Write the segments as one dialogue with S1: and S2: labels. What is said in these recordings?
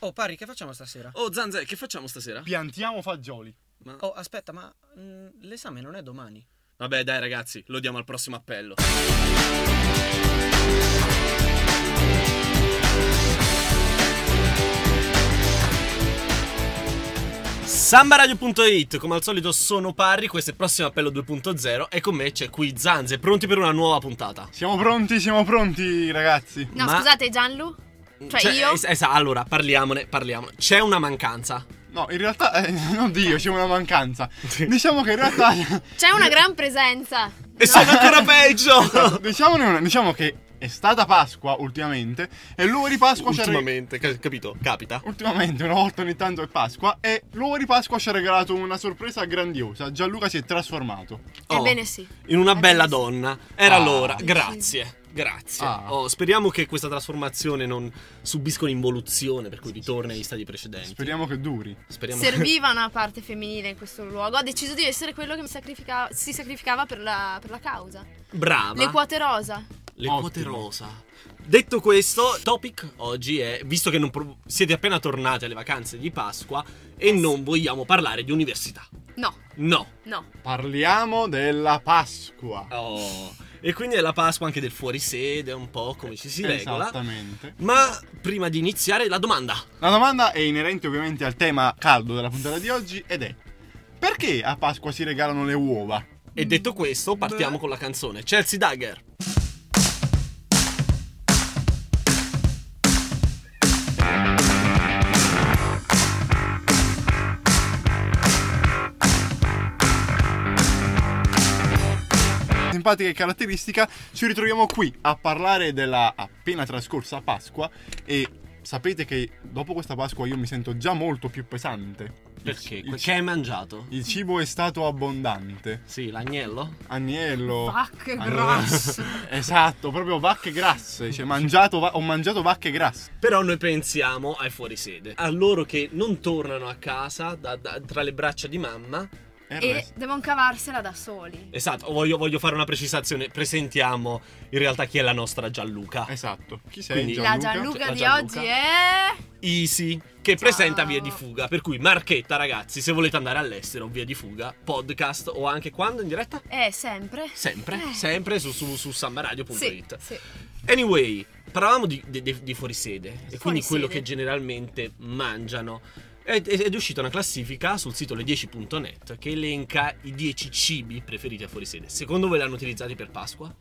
S1: Oh, Parri, che facciamo stasera?
S2: Oh, Zanzè, che facciamo stasera?
S3: Piantiamo fagioli.
S2: Ma-
S1: Oh, aspetta, ma mm, l'esame non è domani.
S2: Vabbè, dai, ragazzi, lo diamo al prossimo appello.
S4: Sambaradio.it, come al solito sono Parri, questo è il prossimo appello 2.0 e con me c'è qui Zanze, pronti per una nuova puntata.
S3: Siamo pronti, siamo pronti, ragazzi.
S5: No,
S4: Ma-
S5: scusate, Gianlu. Cioè, io.
S4: es- es- allora, parliamone, parliamone. C'è una mancanza.
S3: No, in realtà, eh, oddio, c'è una mancanza. Diciamo che in realtà.
S5: C'è una gran presenza.
S4: E sono ancora peggio!
S3: Diciamone una- diciamo che è stata Pasqua ultimamente. E l'uovo di Pasqua ci ha reg-
S4: Ultimamente, ca- capito? Capita.
S3: Ultimamente, una volta ogni tanto è Pasqua. E l'uovo di Pasqua ci ha regalato una sorpresa grandiosa. Gianluca si è trasformato.
S4: Oh,
S5: Ebbene sì.
S4: In una bella
S5: Ebbene sì.
S4: donna. Era
S3: Eh, Ah.
S4: l'ora. Grazie. Grazie.
S3: Ah.
S4: Oh, speriamo che questa trasformazione non subisca un'involuzione per cui ritorna agli stadi precedenti.
S3: Speriamo che duri.
S4: Speriamo.
S5: Serviva una parte femminile in questo luogo. Ha deciso di essere quello che mi sacrifica- si sacrificava per la, per la causa.
S4: Ah, Brava.
S5: Le quote rosa.
S4: Le
S3: Ottimo.
S4: quote rosa. Detto questo, topic oggi è, visto che non pro- siete appena tornati alle vacanze di Pasqua e non vogliamo parlare di università.
S5: No,
S4: No.
S5: no.
S3: Parliamo della Pasqua.
S4: Oh. E quindi è la Pasqua anche del fuorisede, un po' come ci si regola.
S3: Esattamente.
S4: Ma prima di iniziare la domanda.
S3: La domanda è inerente ovviamente al tema caldo della puntata di oggi ed è perché a Pasqua si regalano le uova?
S4: E detto questo, partiamo con la canzone Chelsea Dagger.
S3: Simpatica e caratteristica, ci ritroviamo qui a parlare della appena trascorsa Pasqua e sapete che dopo questa Pasqua io mi sento già molto più pesante.
S4: Perché?
S3: Il-
S4: Che
S3: Il,
S4: hai mangiato?
S3: il cibo è stato abbondante.
S4: Sì, l'agnello?
S3: Agnello.
S5: Vacche
S3: Allora-
S5: grasse.
S3: Esatto, proprio vacche grasse. Cioè, mangiato va- ho mangiato vacche grasse.
S4: Però noi pensiamo ai fuorisede, a loro che non tornano a casa da- da- tra le braccia di mamma
S3: E
S4: Eh,
S3: il
S5: E
S3: resto?
S5: devono cavarsela da soli.
S4: Esatto, voglio, voglio fare una precisazione. Presentiamo in realtà chi è la nostra Gianluca.
S3: Esatto. Chi sei?
S4: Quindi-
S5: La
S3: Gianluca?
S5: Gianluca
S4: La
S5: di
S4: Gianluca.
S5: oggi è.
S4: Easy, che
S5: Ciao.
S4: presenta Via di Fuga. Per cui, marchetta, ragazzi, se volete andare all'estero, Via di Fuga, podcast o anche quando in diretta?
S5: È sempre.
S4: Sempre,
S5: Eh.
S4: sempre su, su, su
S5: Sì,
S4: sammaradio.it.
S5: sì.
S4: Anyway, parlavamo di, di- di- di fuorisede e quindi
S5: Fuorisede.
S4: quello che generalmente mangiano. Ed, ed è uscita una classifica sul sito le10.net che elenca i 10 cibi preferiti a fuorisede. Secondo voi l'hanno utilizzati per Pasqua?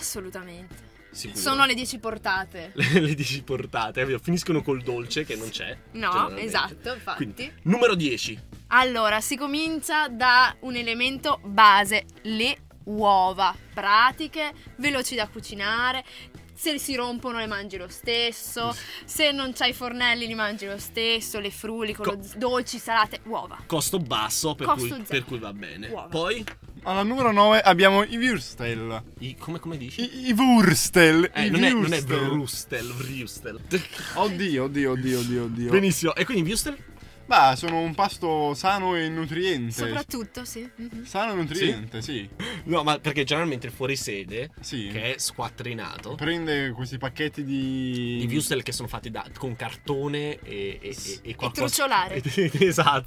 S5: Assolutamente.
S4: Sicuro.
S5: Sono le 10 portate.
S4: le, le 10 portate, ovvio, finiscono col dolce che non c'è.
S5: No,
S4: generalmente.
S5: esatto, infatti.
S4: Quindi, numero 10.
S5: Allora, si comincia da un elemento base, le uova, pratiche, veloci da cucinare. Se si rompono le mangi lo stesso, se non c'hai i fornelli li mangi lo stesso, le frulli con lo
S4: Co-
S5: z- dolci, salate, uova.
S4: Costo basso, per,
S5: Costo
S4: cui,
S5: zero.
S4: per cui va bene.
S5: Uova.
S4: Poi,
S3: Alla numero 9 abbiamo i Würstel.
S4: i- come, come dici?
S3: I, i Wurstel.
S4: Eh,
S3: i
S4: non, è, non è
S3: Würstel.
S4: Brustel, Brustel.
S3: Oddio, oddio, oddio, oddio, oddio.
S4: Benissimo, e quindi Brustel?
S3: Ma sono un pasto sano e nutriente.
S5: Soprattutto, sì. mhm.
S3: Sano e nutriente, sì.
S4: No, ma perché generalmente il fuorisede,
S3: Sì.
S4: che è squattrinato,
S3: Prende questi pacchetti di.
S4: i Brustel che sono fatti da- con cartone e, e, e, e qualcosa...
S5: truciolare.
S4: esatto.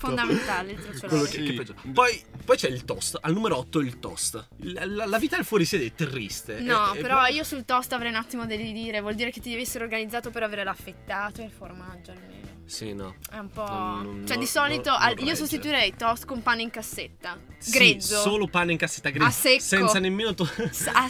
S5: Fondamentale il
S4: Quello
S5: truciolare.
S4: che-
S3: Sì.
S4: che peggio. poi, poi c'è il toast, al numero 8 il toast. La, la- la vita del fuorisede è triste.
S5: No,
S4: È- è-
S5: però io sul toast avrei un attimo da ridire, vuol dire che ti devi essere organizzato per avere l'affettato e il formaggio almeno.
S4: Sì, no.
S5: È un po'.
S4: Non- non-
S5: cioè,
S4: non-
S5: di solito
S4: non-
S5: al-
S4: non regge.
S5: io sostituirei toast con pane in cassetta.
S4: Sì,
S5: Grezzo.
S4: solo pane in cassetta grezzo.
S5: A secco.
S4: Senza nemmeno... To-
S5: S- a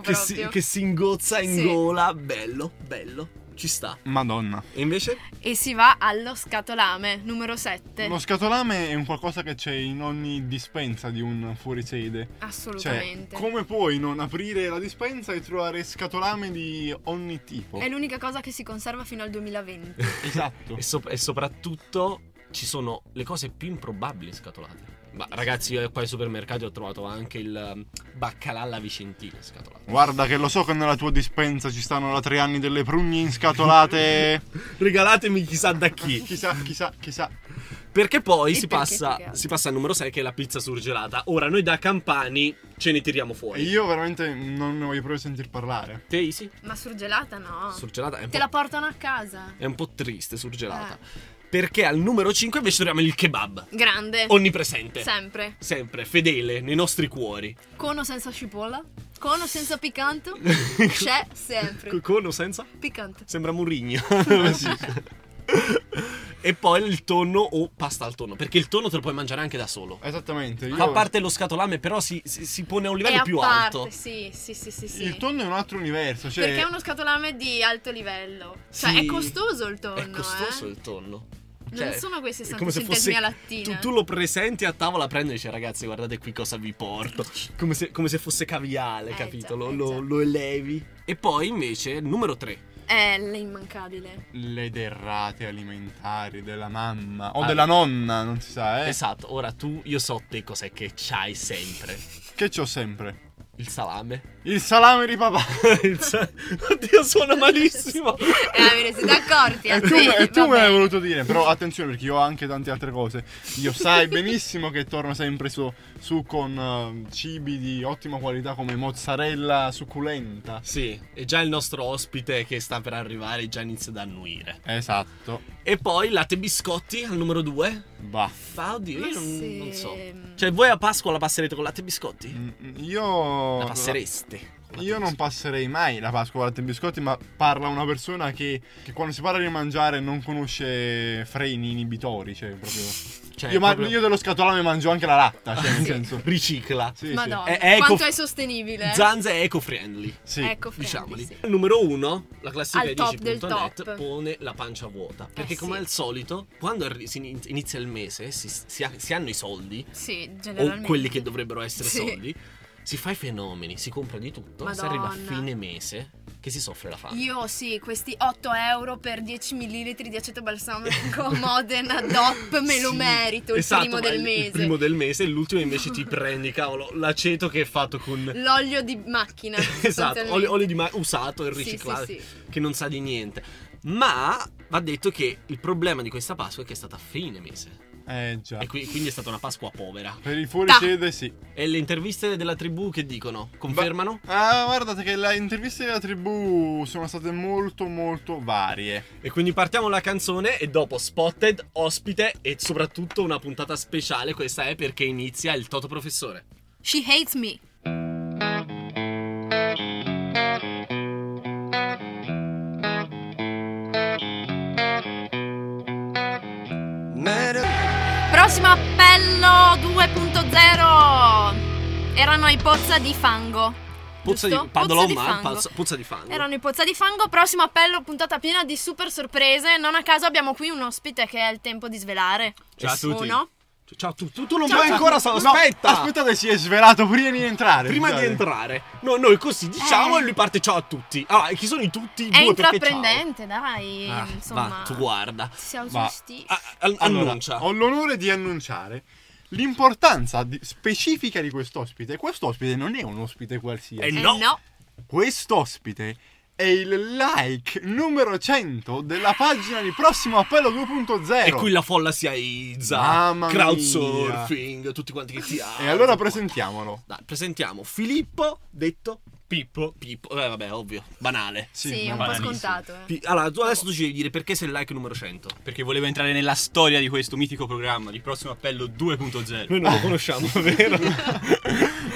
S4: che,
S5: proprio.
S4: si, che si ingozza in
S5: Sì.
S4: gola. Bello, bello. Ci sta.
S3: Madonna.
S4: E invece?
S5: E si va allo scatolame numero 7.
S3: Lo scatolame è un qualcosa che c'è in ogni dispensa di un fuorisede. Cioè,
S5: Assolutamente.
S3: come puoi non aprire la dispensa e trovare scatolame di ogni tipo?
S5: È l'unica cosa che si conserva fino al 2020.
S3: Esatto.
S4: E, sop- e soprattutto ci sono le cose più improbabili scatolate. Ma ragazzi, io qua ai supermercati ho trovato anche il um, baccalà alla vicentina scatolata.
S3: Guarda che lo so che nella tua dispensa ci stanno da tre anni delle prugne inscatolate.
S4: Regalatemi chissà da chi.
S3: chissà, chissà, chissà.
S4: Perché poi
S5: E
S4: si,
S5: perché
S4: passa,
S5: più che altro?
S4: si passa al numero 6 che è la pizza surgelata. Ora noi da campani ce ne tiriamo
S3: E
S4: fuori.
S3: io veramente non ne voglio proprio sentir parlare.
S4: Te Isi?
S5: Ma surgelata no.
S4: Surgelata è un,
S5: Ah. Te
S4: po',
S5: la Ah. portano a casa.
S4: è un po' triste surgelata. Perché al numero 5 invece troviamo il kebab.
S5: Grande.
S4: Onnipresente.
S5: Eh. Sempre.
S4: Sempre fedele nei nostri cuori.
S5: Con o senza cipolla? Con o senza piccante? C'è sempre.
S4: Co- Con o senza?
S5: Piccante.
S4: Sembra Murigno. e poi il tonno o pasta al tonno. Perché il tonno te lo puoi mangiare anche da solo.
S3: Esattamente. Io...
S4: Fa parte lo scatolame, però si, si- si pone a un livello
S5: È a
S4: più
S5: parte,
S4: alto.
S5: Sì, sì, sì, sì, sì.
S3: Il tonno è un altro universo. Cioè...
S5: Perché è uno scatolame di alto livello. Cioè,
S4: Sì.
S5: è costoso il tonno,
S4: È costoso
S5: eh.
S4: il tonno.
S5: Non
S4: cioè,
S5: sono queste
S4: È
S5: sante
S4: come se fosse
S5: centesimi a lattina.
S4: tu, tu lo presenti a tavola, prendi e dici ragazzi guardate qui cosa vi porto. Come se, come se fosse caviale,
S5: Eh,
S4: capito?
S5: già,
S4: lo,
S5: eh,
S4: lo-
S5: già.
S4: lo elevi. E poi invece numero 3.
S5: Eh, È l'immancabile.
S3: Le derrate alimentari della mamma o
S4: Ah.
S3: della nonna, non si sa, eh.
S4: Esatto, ora tu, io so te cos'è che c'hai sempre.
S3: Che c'ho sempre?
S4: Il salame.
S3: Il salame di papà.
S4: Il sa- Oddio, suona malissimo.
S5: Eh, ve ne siete accorti?
S3: E
S5: eh?
S3: tu,
S5: Bene,
S3: e tu
S5: va
S3: me l'hai
S5: bene.
S3: voluto dire, però attenzione perché io ho anche tante altre cose. Io sai benissimo che torno sempre su, su con eh, cibi di ottima qualità come mozzarella succulenta.
S4: Sì, e già il nostro ospite che sta per arrivare già inizia ad annuire.
S3: Esatto.
S4: E poi latte e biscotti al numero 2.
S3: Bah.
S4: Fa, oddio,
S5: Ma
S4: io non,
S5: se-
S4: non so. Cioè, voi a Pasqua la passerete con latte e biscotti?
S3: Mm, Io...
S4: La passereste. con latte
S3: Io
S4: e
S3: non passerei mai la Pasqua con latte e biscotti, ma parla una persona che, che quando si parla di mangiare non conosce freni inibitori, cioè proprio...
S4: biscotti. Cioè,
S3: io, ma-
S4: proprio
S3: io dello scatolame mangio anche la latta, cioè nel
S5: Sì.
S3: senso...
S4: Ricicla.
S3: Sì, sì.
S5: Madonna,
S4: È- è
S5: quanto
S4: eco-
S5: è sostenibile. eh?
S4: Zanza è eco-friendly.
S3: Sì.
S5: Ecco, friendly,
S4: Diciamoli.
S5: sì.
S4: Il numero 1, la classifica
S5: Al
S4: di
S5: top del
S4: 10.net,
S5: top. Eh,
S4: pone la pancia vuota. Perché,
S5: sì.
S4: come al solito, quando arri- si in- inizia il mese, si, si ha- si hanno i soldi,
S5: Sì,
S4: o
S5: generalmente.
S4: quelli che dovrebbero essere
S5: Sì.
S4: soldi, si fa i fenomeni, si compra di tutto, si
S5: Madonna.
S4: arriva a fine mese che si soffre la fame.
S5: Io sì, questi 8 euro per 10 ml di aceto balsamico Modena DOP me lo
S4: Sì,
S5: merito il
S4: esatto,
S5: primo
S4: ma
S5: del
S4: Il
S5: mese.
S4: primo del mese, e l'ultimo invece ti prendi, cavolo, l'aceto che è fatto con.
S5: L'olio di macchina.
S4: Esatto,
S5: sostanzialmente.
S4: olio, olio di ma- usato e
S5: Sì, sì,
S4: riciclato,
S5: sì.
S4: che non sa di niente. Ma va detto che il problema di questa Pasqua è che è stata a fine mese.
S3: Eh già.
S4: E qui- quindi è stata una Pasqua povera.
S3: Per il fuorisede sì.
S4: E le interviste della tribù che dicono? Confermano?
S3: Ah, guardate che le interviste della tribù sono state molto molto varie.
S4: E quindi partiamo la canzone e dopo spotted, ospite e soprattutto una puntata speciale, questa è perché inizia il Toto Professore.
S5: She hates me. Prossimo appello 2.0. Erano i pozza di fango.
S4: Puzza
S5: giusto?
S4: di padolon,
S5: Pozza di
S4: ma
S5: fango.
S4: pazza- puzza di fango.
S5: Erano i pozza di fango, prossimo appello, puntata piena di super sorprese. Non a caso abbiamo qui un ospite che è il tempo di svelare.
S4: Ciao a tutti.
S5: Uno.
S4: Ciao, tu, tu, tu non
S5: Ciao.
S4: puoi ancora
S3: No,
S4: solo aspetta.
S3: Aspettate, si è svelato prima di entrare.
S4: Prima di
S3: scusate.
S4: entrare, no, noi così diciamo
S5: Eh.
S4: e lui parte ciao a tutti. Allora, chi sono i tutti? I
S5: È
S4: due perché ciao.
S5: intraprendente, dai.
S4: Ah,
S5: insomma,
S4: va, Ah, tu guarda.
S5: si autostima.
S4: A- a-
S3: Allora,
S4: annuncia.
S3: Ho l'onore di annunciare l'importanza di- specifica di quest'ospite. Quest'ospite non è un ospite
S4: Eh,
S3: qualsiasi.
S5: Eh,
S4: no.
S5: no.
S3: Quest'ospite è il like numero 100 della pagina di Prossimo Appello 2.0.
S4: E qui la folla si aizza.
S3: Mamma mia.
S4: Crowdsurfing, tutti quanti che ti hanno.
S3: E allora presentiamolo.
S4: Dai, presentiamo Filippo, detto Pippo. Pippo, eh, vabbè, ovvio, banale.
S5: Sì, è un po'
S3: banalissimo.
S5: scontato. eh.
S4: Pi- allora, tu adesso tu ci devi dire perché sei il like numero 100.
S6: Perché volevo entrare nella storia di questo mitico programma di prossimo appello 2.0.
S4: Eh, Noi non lo conosciamo, vero?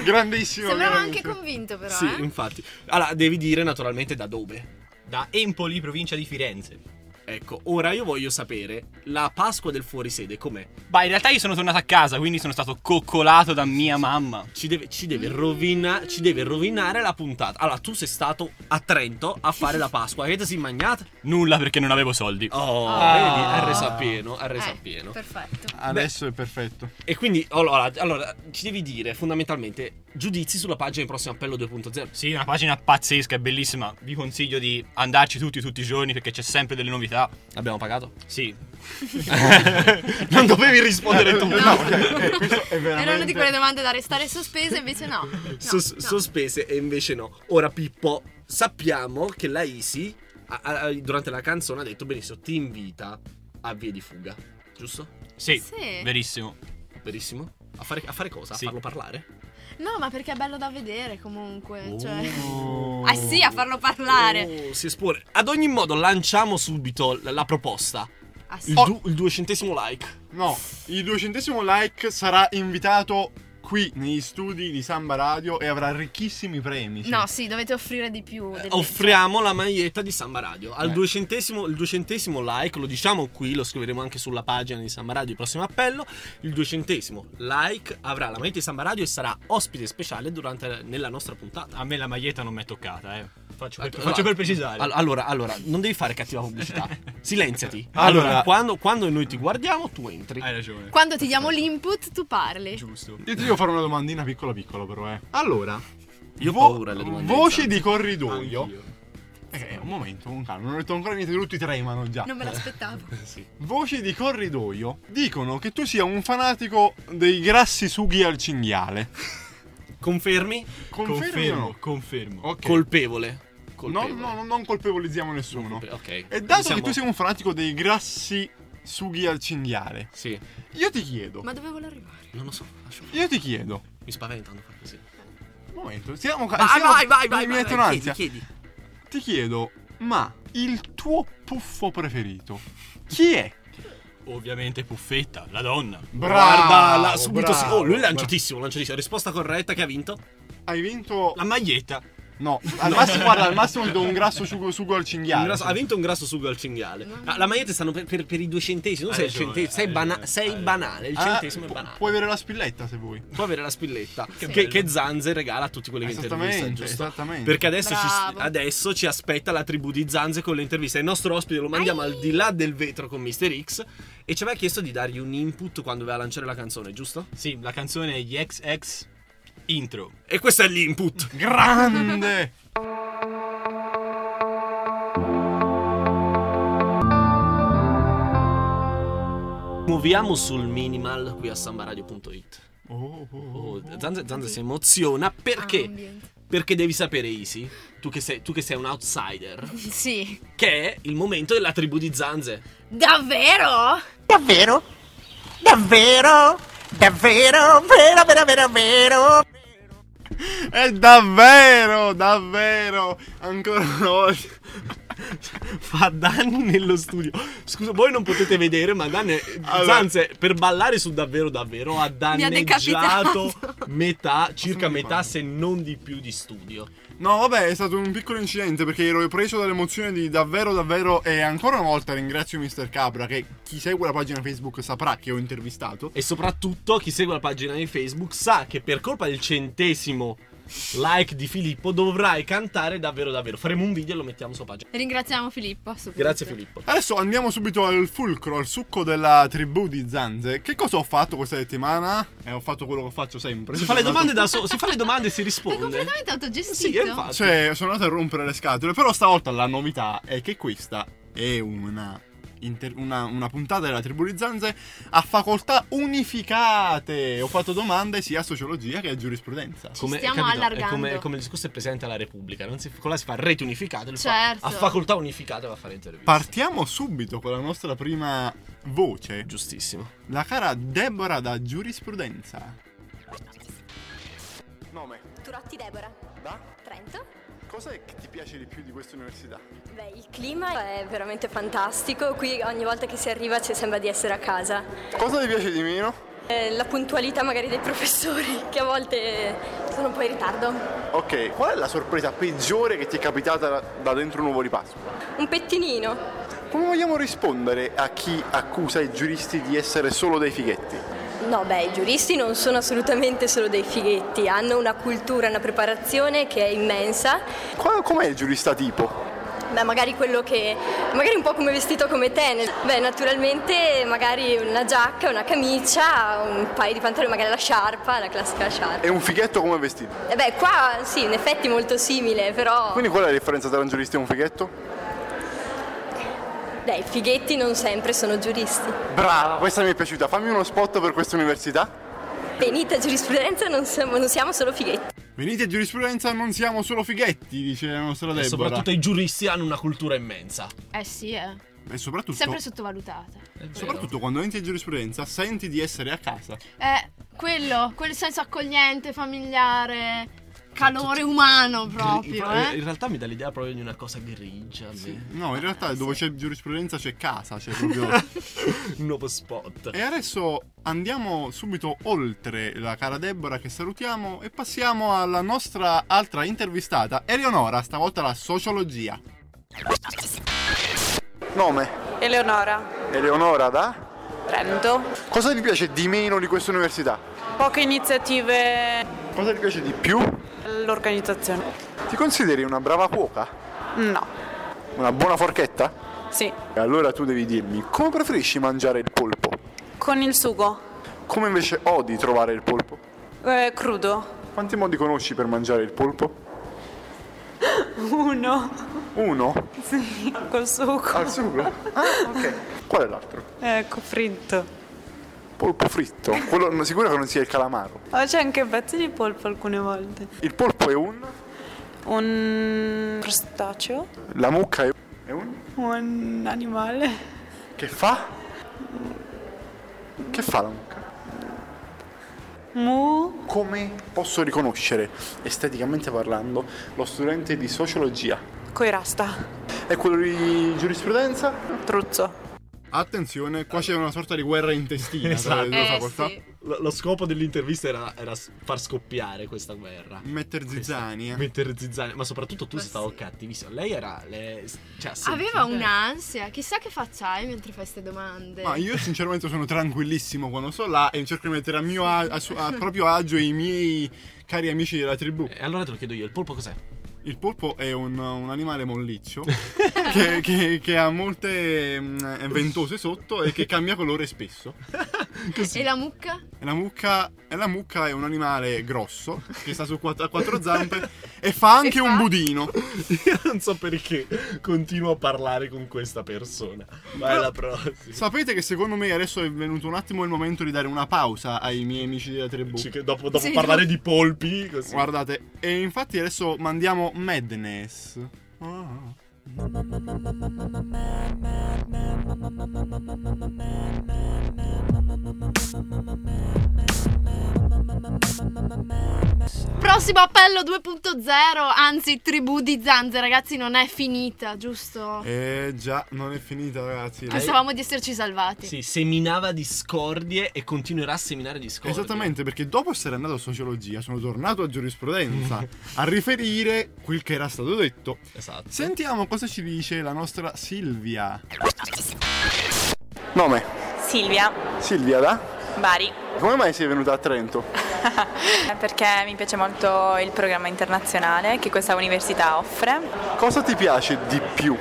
S3: Grandissimo.
S5: Sembrava
S3: veramente.
S5: anche convinto, però.
S4: sì,
S5: eh.
S4: infatti. Allora, devi dire naturalmente da dove.
S6: Da Empoli, provincia di Firenze.
S4: Ecco, ora io voglio sapere la Pasqua del fuorisede com'è?
S6: Ma in realtà io sono tornato a casa, quindi sono stato coccolato da mia mamma.
S4: Ci deve, ci deve
S5: Mm.
S4: rovina- ci deve rovinare la puntata. Allora, tu sei stato a Trento a fare la Pasqua. Che ti sei mangiata?
S6: Nulla perché non avevo soldi.
S4: Oh,
S5: Ah.
S4: vedi? Ha reso a pieno, ha reso a
S5: Eh,
S4: pieno.
S5: Perfetto.
S3: Adesso è perfetto.
S4: E quindi, allora, allora, ci devi dire fondamentalmente giudizi sulla pagina di prossimo appello 2.0.
S6: Sì, è una pagina pazzesca, è bellissima. Vi consiglio di andarci tutti, tutti i giorni perché c'è sempre delle novità.
S4: Abbiamo pagato?
S6: Sì.
S4: non dovevi rispondere tu.
S3: No, cioè, eh, questo è veramente...
S5: Era una di quelle domande da restare sospese, invece no. No,
S4: Sos-
S5: no.
S4: Sospese e invece no. Ora Pippo, sappiamo che la Isi ha- ha- durante la canzone ha detto benissimo, ti invita a vie di fuga.
S2: giusto?
S6: Sì,
S5: Sì.
S6: verissimo.
S2: Verissimo.
S4: A fare, a fare cosa?
S6: Sì.
S4: A farlo parlare?
S5: No, ma perché è bello da vedere comunque. Cioè.
S3: Oh.
S5: Ah sì, a farlo parlare.
S4: Oh, si espone. Ad ogni modo, lanciamo subito la, la proposta.
S5: Ah, sì.
S4: Oh. Il, du- il duecentesimo like.
S3: No, il duecentesimo like sarà invitato qui negli studi di Samba Radio e avrà ricchissimi premi.
S5: No, sì, dovete offrire di più.
S4: Eh,
S5: del-
S4: Offriamo la maglietta di Samba Radio. Al
S3: Eh.
S4: duecentesimo, il duecentesimo like, lo diciamo qui, lo scriveremo anche sulla pagina di Samba Radio, il prossimo appello. Il duecentesimo like avrà la maglietta di Samba Radio e sarà ospite speciale durante, nella nostra puntata. Ecco,
S6: A me la maglietta non mi è toccata, eh. Faccio per,
S4: Allora-
S6: faccio per precisare.
S4: All- allora, allora, non devi fare cattiva pubblicità. Silenziati.
S3: Allora-
S4: Allora, Eh, quando, quando noi ti guardiamo, tu entri.
S6: Hai ragione.
S5: Quando ti diamo l'input, tu parli.
S6: Giusto.
S3: Io ti devo fare una domandina piccola piccola però, eh. Allora,
S4: Io ho
S3: vo-
S4: paura delle domande
S3: voce
S4: di
S3: di corridoio.
S4: Anch'io.
S3: Eh, un momento, un calmo, non ho detto ancora niente, tutti tremano già.
S5: Non me l'aspettavo.
S4: Eh,
S3: Voci di corridoio dicono che tu sia un fanatico dei grassi sughi al cinghiale.
S4: Confermi?
S3: Confermi o no?
S6: Confermo, confermo.
S3: Ok.
S4: Colpevole.
S3: No,
S4: Colpevole.
S3: no, no, non colpevolizziamo nessuno.
S4: Colpe- Ok.
S3: E dato
S4: Siamo-
S3: che tu sei un fanatico dei grassi sughi al cinghiale,
S4: Sì.
S3: io ti chiedo,
S5: Ma dove vuole arrivare?
S4: Non lo so. lascia-
S3: io ti chiedo,
S4: Mi spaventano far così.
S3: un momento, stiamo ca-
S4: Ah,
S3: stiamo-
S4: vai, vai, vai.
S3: mi
S4: vai,
S3: metto
S4: vai,
S3: un'ansia.
S4: Chiedi, chiedi.
S3: Ti chiedo, ma il tuo puffo preferito chi è?
S6: Ovviamente Puffetta, la donna.
S4: Guarda, la- subito
S3: bravo,
S4: sì. Oh, lui è
S3: bravo.
S4: lanciatissimo, lanciatissimo. Risposta corretta che ha vinto?
S3: Hai vinto
S6: La maglietta.
S3: No, al massimo guarda, al massimo ti do un grasso sugo, sugo al cinghiale.
S4: Un grasso- ha vinto un grasso sugo al cinghiale. Ah, la maglietta stanno per, per- per i due centesimi. Non sei
S6: Hai
S4: il
S6: ragione,
S4: centesimo. Sei,
S6: hai
S4: bana-
S6: ragione,
S4: sei
S6: hai
S4: banale. Il
S3: Ah,
S4: centesimo è
S3: pu-
S4: banale.
S3: Puoi avere la spilletta se vuoi.
S4: Può avere la spilletta
S5: Sì.
S4: che, che Zanze regala a tutti quelli che intervistano,
S3: Esattamente,
S4: giusto?
S3: esattamente.
S4: Perché adesso ci,
S5: Bravo.
S4: adesso ci aspetta la tribù di Zanze con le interviste. Il nostro ospite lo mandiamo al di là del vetro con Mr. X e ci aveva chiesto di dargli un input quando doveva lanciare la canzone, giusto?
S6: Sì, la canzone è XX Intro.
S4: E questo è l'input.
S3: Grande!
S4: Muoviamo sul minimal qui a sambaradio.it.
S3: Oh, oh, oh.
S4: Oh, Zanze, Zanze si emoziona
S5: Ah,
S4: perché?
S5: Ambient.
S4: Perché devi sapere, Isi, tu che sei, tu che sei un outsider,
S5: Sì.
S4: che è il momento della tribù di Zanze.
S5: Davvero?
S7: Davvero? Davvero? Davvero? Vero, vero, vero, vero?
S3: È davvero, davvero, ancora una volta.
S4: fa danni nello studio. Scusa, voi non potete vedere, ma Danne,
S3: Allora.
S4: Zanze, per ballare su davvero davvero ha
S5: ha
S4: danneggiato
S5: decapitato.
S4: metà, circa
S3: mi
S4: metà
S3: ricordo.
S4: se non di più di studio.
S3: No, vabbè, è stato un piccolo incidente perché ero preso dall'emozione di davvero, davvero. E ancora una volta ringrazio Mr. Cabra che chi segue la pagina Facebook saprà che ho intervistato.
S4: E soprattutto chi segue la pagina di Facebook sa che per colpa del centesimo like di Filippo dovrai cantare davvero davvero. Faremo un video e lo mettiamo sulla pagina.
S5: Ringraziamo Filippo. subito.
S4: Grazie Filippo.
S3: Adesso andiamo subito al fulcro, al succo della tribù di Zanze. Che cosa ho fatto questa settimana? Eh, ho fatto quello che faccio sempre.
S4: Si fa le domande da solo, si fa le domande e si
S5: È
S4: risponde.
S5: completamente autogestito.
S4: Sì, infatti.
S3: Cioè, sono andato a rompere le scatole. Però stavolta la novità è che questa è una, inter- una- una puntata della tribù di Zanze a facoltà unificate. Ho fatto domande sia a sociologia che a giurisprudenza.
S5: Ci stiamo
S4: capito? È
S5: allargando.
S4: come, è come il discorso del Presidente della Repubblica, non si, con la si fa rete unificata, lui fa-
S5: Certo.
S4: a facoltà unificata va a fare interviste.
S3: Partiamo subito con la nostra prima voce,
S4: Giustissimo.
S3: la cara Deborah da giurisprudenza. Nome,
S8: Turotti Debora,
S3: da?
S8: Trento.
S3: Cos'è che ti piace di più di questa università?
S8: Beh, il clima è veramente fantastico, qui ogni volta che si arriva ci sembra di essere a casa.
S3: Cosa ti piace di meno?
S8: Eh, la puntualità magari dei professori, che a volte sono un po' in ritardo.
S3: Ok, qual è la sorpresa peggiore che ti è capitata da dentro un uovo di Pasqua?
S8: Un pettinino.
S3: Come vogliamo rispondere a chi accusa i giuristi di essere solo dei fighetti?
S8: No, beh, i giuristi non sono assolutamente solo dei fighetti, hanno una cultura, una preparazione che è immensa.
S3: Qual- com'è il giurista tipo?
S8: Beh, magari quello che. magari un po' come vestito come te. nel- Beh, naturalmente magari una giacca, una camicia, un paio di pantaloni, magari la sciarpa, la classica sciarpa.
S3: È un fighetto come è vestito?
S8: Eh beh, qua sì, in effetti è molto simile, però
S3: Quindi qual è la differenza tra un giurista e un fighetto?
S8: dai, i fighetti non sempre sono giuristi.
S3: Brava, questa mi è piaciuta. Fammi uno spot per questa università.
S8: Venite a giurisprudenza, non siamo, non siamo solo fighetti.
S3: Venite a giurisprudenza, non siamo solo fighetti, dice la nostra
S4: E
S3: Deborah.
S4: soprattutto i giuristi hanno una cultura immensa.
S5: Eh sì, eh.
S3: e soprattutto,
S5: Sempre sottovalutata.
S3: soprattutto quando entri in giurisprudenza senti di essere a casa.
S5: Eh, quello, quel senso accogliente, familiare, calore umano proprio,
S4: In-
S5: eh.
S4: In realtà mi dà l'idea proprio di una cosa grigia. a me.
S3: No, in realtà dove c'è giurisprudenza c'è casa, c'è proprio...
S4: Un nuovo spot.
S3: e adesso andiamo subito oltre la cara Deborah che salutiamo e passiamo alla nostra altra intervistata, Eleonora, stavolta la sociologia.
S9: Nome?
S10: Eleonora,
S9: Eleonora da?
S10: Trento.
S9: Cosa ti piace di meno di questa università?
S10: Poche iniziative
S9: Cosa ti piace di più?
S10: l'organizzazione.
S9: Ti consideri una brava cuoca?
S10: No,
S9: Una buona forchetta?
S10: sì.
S9: E allora tu devi dirmi come preferisci mangiare il polpo?
S10: Con il sugo,
S9: Come invece odi trovare il polpo?
S10: eh, crudo.
S9: Quanti modi conosci per mangiare il polpo?
S10: Uno,
S9: Uno?
S10: sì, col sugo.
S9: Al sugo? Ah, ok. Qual è l'altro?
S10: Ecco, fritto.
S9: Polpo fritto. Quello sicuro che non sia il calamaro.
S10: Oh, c'è anche pezzi di polpo alcune volte.
S9: Il polpo è un...
S10: Un crostaceo,
S9: La mucca è un... È un...
S10: un animale.
S9: Che fa? Che fa la mucca?
S10: Mu,
S9: Come posso riconoscere, esteticamente parlando, lo studente di sociologia?
S10: coi rasta.
S9: È quello di giurisprudenza?
S10: Truzzo.
S3: Attenzione, qua c'è una sorta di guerra intestina tra le due
S5: Eh,
S3: facoltà.
S5: sì.
S4: Lo, lo scopo dell'intervista era, era s- far scoppiare questa guerra.
S3: Metter zizzania.
S4: Mettere zizzania, ma soprattutto tu
S5: Ma
S4: sei stato
S5: sì.
S4: cattivissimo. Lei era. le- cioè,
S5: Aveva
S4: sentite-
S5: un'ansia, chissà che facciai mentre fai ste domande.
S3: Ma io sinceramente sono tranquillissimo quando sto là e cerco di mettere a, mio a- a su- a proprio agio i miei cari amici della tribù.
S4: E allora te lo chiedo io, il polpo cos'è?
S3: Il polpo è un, un animale molliccio che, che- che ha molte mm, è ventose sotto e che cambia colore spesso.
S5: E la mucca?
S3: E la mucca, e la mucca è un animale grosso che sta su quattro, a quattro zampe e fa anche
S5: E fa?
S3: un budino.
S4: Io non so perché continuo a parlare con questa persona. Vai alla prossima.
S3: Sapete che secondo me adesso è venuto un attimo il momento di dare una pausa ai miei amici della tribù.
S4: Ci- che dopo dopo
S5: Sì,
S4: parlare di polpi, così.
S3: Guardate, e infatti adesso mandiamo Madness. Ah.
S5: Prossimo appello 2.0, anzi tribù di zanze, ragazzi, non è finita, giusto?
S3: Eh già, non è finita ragazzi.
S5: Pensavamo di esserci salvati.
S4: Sì, seminava discordie e continuerà a seminare discordie.
S3: Esattamente, perché dopo essere andato a sociologia sono tornato a giurisprudenza a riferire quel che era stato detto.
S4: Esatto.
S3: Sentiamo cosa ci dice la nostra Silvia.
S9: Nome?
S10: Silvia,
S9: Silvia da?
S10: Bari.
S9: Come mai sei venuta a Trento?
S10: Perché mi piace molto il programma internazionale che questa università offre,
S9: Cosa ti piace di più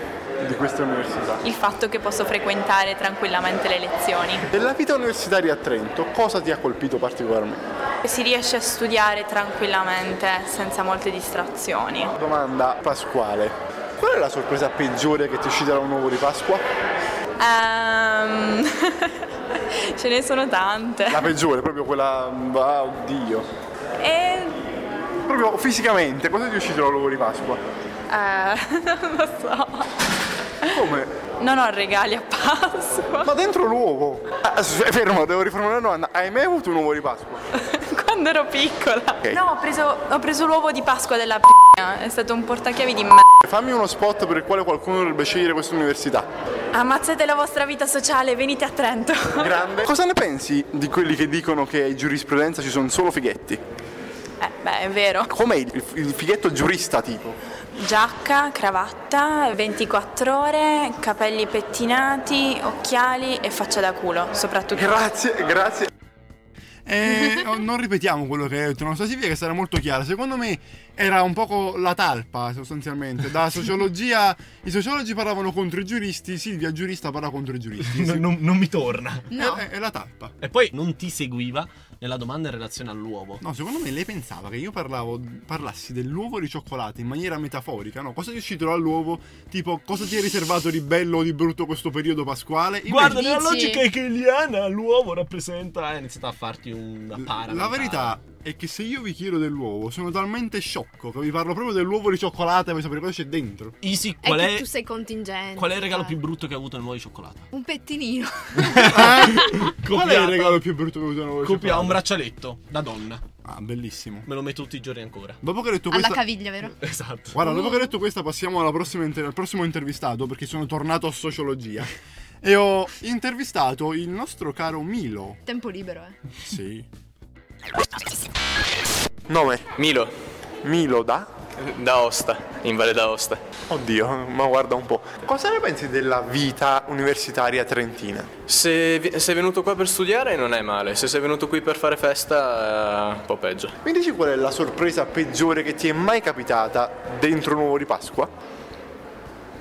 S9: di questa università?
S10: il fatto che posso frequentare tranquillamente le lezioni.
S9: Della vita universitaria a Trento, cosa ti ha colpito particolarmente?
S10: Si riesce a studiare tranquillamente senza molte distrazioni.
S9: Domanda pasquale. Qual è la sorpresa peggiore che ti è uscita da un uovo di Pasqua?
S10: Ehm, Ce ne sono tante.
S9: La peggiore, proprio quella... Ah, oddio.
S10: E
S9: Proprio fisicamente, cosa ti è uscito da un uovo di Pasqua?
S10: eh, non lo so.
S9: Come?
S10: Non ho regali a Pasqua.
S9: Ma dentro l'uovo! Ah, s- fermo, devo riformulare la domanda. Hai mai avuto un uovo di Pasqua?
S10: Quando ero piccola.
S9: Ok.
S10: No, ho preso, ho preso l'uovo di Pasqua della p***a. È stato un portachiavi di merda.
S9: Fammi uno spot per il quale qualcuno dovrebbe scegliere questa università.
S10: Ammazzate la vostra vita sociale, venite a Trento.
S9: Grande. Cosa ne pensi di quelli che dicono che in giurisprudenza ci sono solo fighetti?
S10: Eh, beh, è vero.
S9: Com'è il, il fighetto giurista tipo?
S10: Giacca, cravatta, 24 ore, capelli pettinati, occhiali e faccia da culo, soprattutto.
S9: Grazie, grazie.
S3: Eh, oh, non ripetiamo quello che ha detto la nostra Silvia, che sarà molto chiara. Secondo me era un poco la talpa, sostanzialmente. Da sociologia, i sociologi parlavano contro i giuristi, Silvia, giurista, parla contro i giuristi.
S4: Non, non- non mi torna.
S5: No.
S3: È, è- è la talpa.
S4: E poi non ti seguiva nella domanda in relazione all'uovo.
S3: No, secondo me lei pensava che io parlavo, parlassi dell'uovo di cioccolato in maniera metaforica, no? Cosa ti è uscito dall'uovo? Tipo, cosa ti è riservato di bello o di brutto questo periodo pasquale? Invece-
S4: Guarda, nella
S5: Dici?
S4: eh, logica hegeliana l'uovo rappresenta. Ha iniziato a farti una para.
S3: La verità è che se io vi chiedo dell'uovo sono talmente sciocco che vi parlo proprio dell'uovo di cioccolata e voglio sapere cosa c'è dentro.
S4: Easy,
S5: È
S4: qual
S5: che
S4: è,
S5: tu sei contingente.
S4: qual è il regalo
S5: dai.
S4: più brutto che ha avuto il nuovo di cioccolata?
S5: Un pettinino.
S3: Qual è il regalo più brutto che ho avuto nell'uovo di
S4: Eh? Copia un
S3: cioccolata?
S4: braccialetto da donna.
S3: Ah, bellissimo.
S4: Me lo metto tutti i giorni ancora.
S3: Dopo che ho detto
S5: Alla
S3: questa...
S5: caviglia, vero?
S4: Esatto.
S3: Guarda, dopo che ho detto questa passiamo alla prossima inter- al prossimo intervistato perché sono tornato a sociologia. E ho intervistato il nostro caro Milo.
S5: Tempo libero, eh.
S3: Sì.
S11: Nome?
S12: Milo,
S11: Milo da?
S12: da Osta, in Valle d'Aosta.
S11: Oddio, ma guarda un po'. Cosa ne pensi della vita universitaria trentina?
S12: Se vi- sei venuto qua per studiare non è male, se sei venuto qui per fare festa è un po' peggio.
S11: Mi dici qual è la sorpresa peggiore che ti è mai capitata dentro un uovo di Pasqua?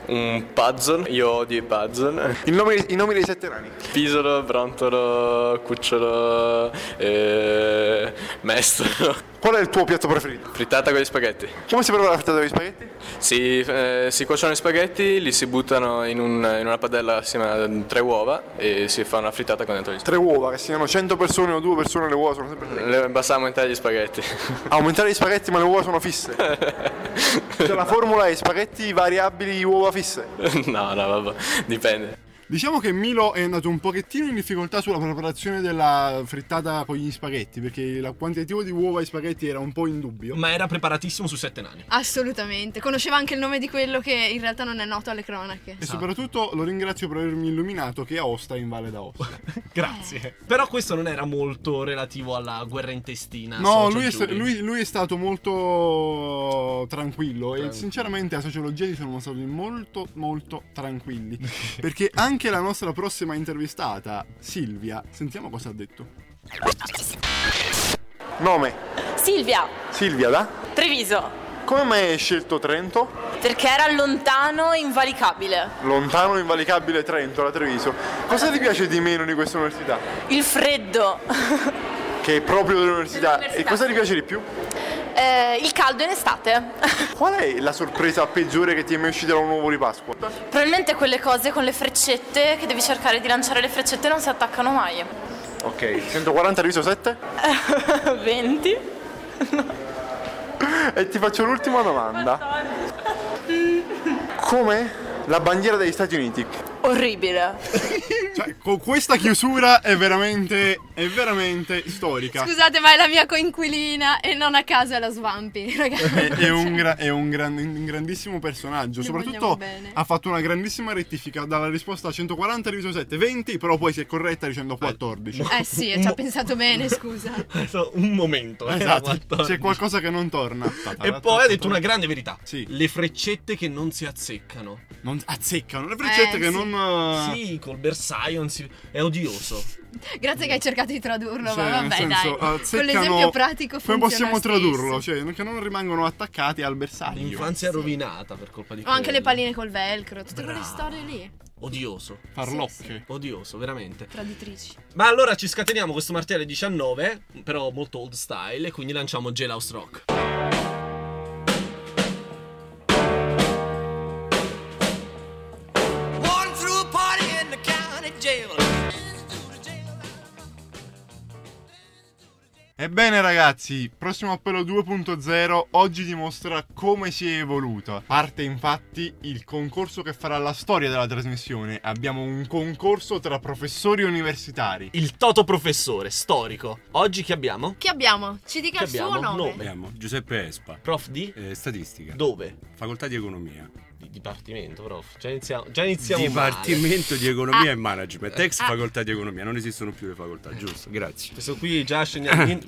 S12: Un puzzle, io odio i puzzle.
S11: Il nome- I nomi dei sette nani.
S12: Pisolo, Brontolo, Cucciolo, eh, Mestolo.
S11: Qual è il tuo piatto preferito?
S12: Frittata con gli spaghetti.
S11: Come si prepara la frittata con gli spaghetti?
S12: Si, eh, si cuociono gli spaghetti, li si buttano in, un- in una padella assieme a tre uova e si fa una frittata con dentro gli
S11: Tre uova, che siano 100 persone o due persone, le uova sono sempre tre.
S12: spaghetti. Le- Basta aumentare gli spaghetti.
S11: Aumentare gli spaghetti, ma le uova sono fisse. Cioè, la formula è spaghetti variabili uova fisse.
S12: no, no, vabbè, dipende.
S3: Diciamo che Milo è andato un pochettino in difficoltà sulla preparazione della frittata con gli spaghetti, perché il quantitativo di uova e spaghetti era un po' in dubbio.
S4: Ma era preparatissimo su sette nani.
S5: Assolutamente. Conosceva anche il nome di quello che in realtà non è noto alle cronache.
S3: E
S11: Esatto.
S3: soprattutto lo ringrazio per avermi illuminato che Aosta è in Valle d'Aosta.
S6: Eh.
S4: Grazie. Però questo non era molto relativo alla guerra intestina. social
S3: No, lui è, sta-
S4: jury.
S3: lui- lui è stato molto tranquillo e sinceramente a sociologia ci sono stati molto molto tranquilli. perché anche la nostra prossima intervistata, Silvia, sentiamo cosa ha detto.
S11: Nome?
S8: Silvia,
S11: Silvia da?
S8: Treviso,
S11: Come mai hai scelto Trento?
S8: perché era lontano e invalicabile.
S11: Lontano, invalicabile Trento, la Treviso. Cosa ti piace di meno di questa università?
S8: Il freddo,
S11: Che è proprio dell'università. E
S8: Dell'università.
S11: cosa ti piace di più?
S8: eh, il caldo in estate.
S11: Qual è la sorpresa peggiore che ti è mai uscita da un uovo di Pasqua?
S8: Probabilmente quelle cose con le freccette, che devi cercare di lanciare le freccette e non si attaccano mai.
S11: Ok, 140 riso 7?
S8: 20.
S11: E ti faccio l'ultima domanda. Come la bandiera degli Stati Uniti?
S8: Orribile.
S3: Cioè, con questa chiusura è veramente, è veramente storica.
S5: Scusate, ma è la mia coinquilina e non a caso è la Svampi, ragazzi.
S3: è, è un, gra- è un gran- un grandissimo personaggio.
S5: Lo vogliamo
S3: Soprattutto
S5: bene.
S3: ha fatto una grandissima rettifica dalla risposta a 140 diviso 7, 20, però poi si è corretta dicendo 14.
S5: Eh sì, e ci ha pensato bene, scusa.
S4: Adesso, Un momento. eh,
S3: Esatto,
S4: era 14.
S3: c'è qualcosa che non torna.
S4: E poi ha detto una grande verità.
S3: Sì.
S4: Le freccette che non si azzeccano.
S3: Non azzeccano, le freccette
S5: Eh,
S3: che
S5: sì.
S3: non... eh,
S4: Sì, col bersaglio non si- è odioso.
S5: Grazie che hai cercato di tradurlo,
S3: cioè,
S5: ma
S3: nel
S5: vabbè,
S3: senso,
S5: dai. Con
S3: azzeccano-
S5: l'esempio pratico
S3: Come
S5: funziona
S3: possiamo
S5: stesso.
S3: tradurlo? Cioè, che non rimangono attaccati al bersaglio.
S4: L'infanzia è rovinata per colpa di
S5: O anche le
S4: quello.
S5: palline col velcro, tutte quelle
S4: Brava.
S5: storie lì,
S4: Odioso.
S3: Farlocche.
S4: Odioso, veramente.
S5: traditrici.
S4: Ma allora ci scateniamo questo martello 19, però molto old style, e quindi lanciamo Jailhouse Rock.
S13: Born through a party in the county jail.
S3: Ebbene ragazzi, prossimo appello 2.0 oggi dimostra come si è evoluta. Parte infatti il concorso che farà la storia della trasmissione. Abbiamo un concorso tra professori universitari.
S4: Il Toto Professore, storico. Oggi chi abbiamo?
S5: Chi abbiamo? Ci
S4: Chi
S5: dica il suo
S4: abbiamo?
S5: nome.
S4: Nome.
S6: Abbiamo Giuseppe Espa,
S4: Prof di?
S6: eh, statistica,
S4: Dove?
S6: facoltà di economia,
S4: Di dipartimento, prof. Già iniziamo, già iniziamo male.
S6: dipartimento di economia e management, ex
S4: Ah.
S6: facoltà di economia, non esistono più le facoltà, giusto? Grazie.
S4: Questo qui già scendiamo, vediamo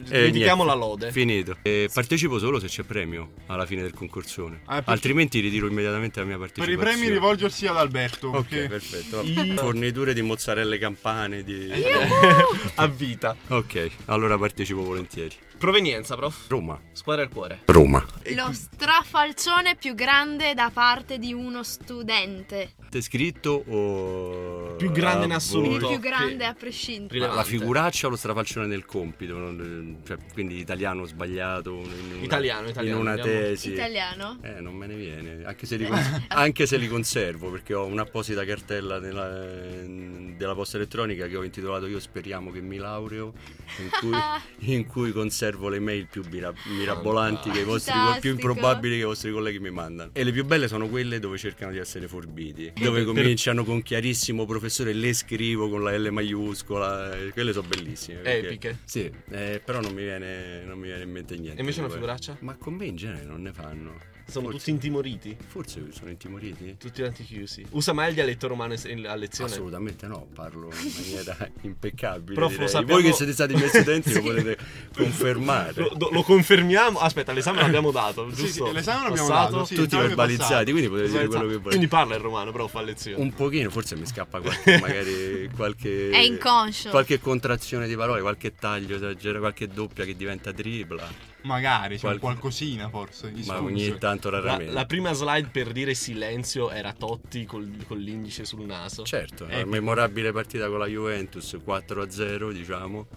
S6: Eh,
S4: la
S6: niente,
S4: lode.
S6: Finito. Eh, partecipo solo se c'è premio alla fine del concorsone,
S3: Ah, per-
S6: altrimenti ritiro immediatamente la mia
S3: Per
S6: partecipazione.
S3: i premi rivolgersi ad Alberto.
S6: Ok,
S3: perché-
S6: perfetto. vabbè. Forniture di mozzarelle campane di...
S4: Eh, A vita.
S6: Ok, allora partecipo volentieri.
S4: Provenienza, prof.
S6: Roma.
S4: Squadra al cuore.
S6: Roma.
S5: Lo strafalcione più grande da parte di uno studente.
S12: È scritto o...
S4: Più grande in
S12: Ah,
S4: assoluto.
S12: boh.
S5: più grande a prescindere.
S12: Ma la figuraccia o lo strafalcione del compito? Non- Cioè, quindi italiano sbagliato. in una-
S4: Italiano, italiano,
S12: In una
S4: andiamo.
S12: tesi.
S5: Italiano?
S12: Eh, non me ne viene, anche se li, cons- anche se li conservo perché ho un'apposita cartella nella- eh, della posta elettronica che ho intitolato Io speriamo che mi laureo, in cui, in cui conservo le mail più mira- mirabolanti che i vostri, co- più
S5: Fantastico.
S12: improbabili che i vostri colleghi mi mandano. E le più belle sono quelle dove cercano di essere forbiti, dove
S4: Per-
S12: cominciano con chiarissimo professore le scrivo con la L maiuscola, eh, quelle sono bellissime. perché-
S4: Epiche.
S12: Sì, eh, però non mi, viene, non mi viene in mente niente.
S4: E invece
S12: di
S4: una
S12: quello.
S4: figuraccia?
S12: Ma con me in genere non ne fanno.
S4: Sono
S12: Forse-
S4: tutti intimoriti.
S12: Forse sono intimoriti.
S4: Tutti quanti chiusi. Usa mai il dialetto romano in- in- a lezione?
S12: Assolutamente no, parlo in maniera impeccabile.
S4: Prof, lo
S12: direi.
S4: sappiamo-
S12: Voi che siete stati messi dentro
S4: Sì.
S12: lo potete confermare.
S4: Lo, lo confermiamo. Aspetta, l'esame l'abbiamo dato,
S3: Sì,
S4: giusto?
S3: sì, l'esame l'abbiamo
S4: Passato. Esatto.
S3: dato, sì,
S12: Tutti
S3: l'esame è
S12: verbalizzati,
S3: passato.
S12: quindi potete dire quello che volete.
S4: Quindi parla il romano, però fa lezione.
S12: Un pochino, forse mi scappa qualche, magari qualche...
S5: È inconscio.
S12: Qualche contrazione di parole, qualche taglio esagerato, qualche doppia che diventa tripla.
S3: Magari, c'è
S12: Qual-
S3: qualcosina forse. di
S12: Ma
S3: sfuso.
S12: ogni tanto
S4: La,
S12: raramente.
S4: la prima slide per dire silenzio era Totti col- con l'indice sul naso.
S12: Certo, la
S4: Eh,
S12: memorabile partita con la Juventus 4-0, diciamo.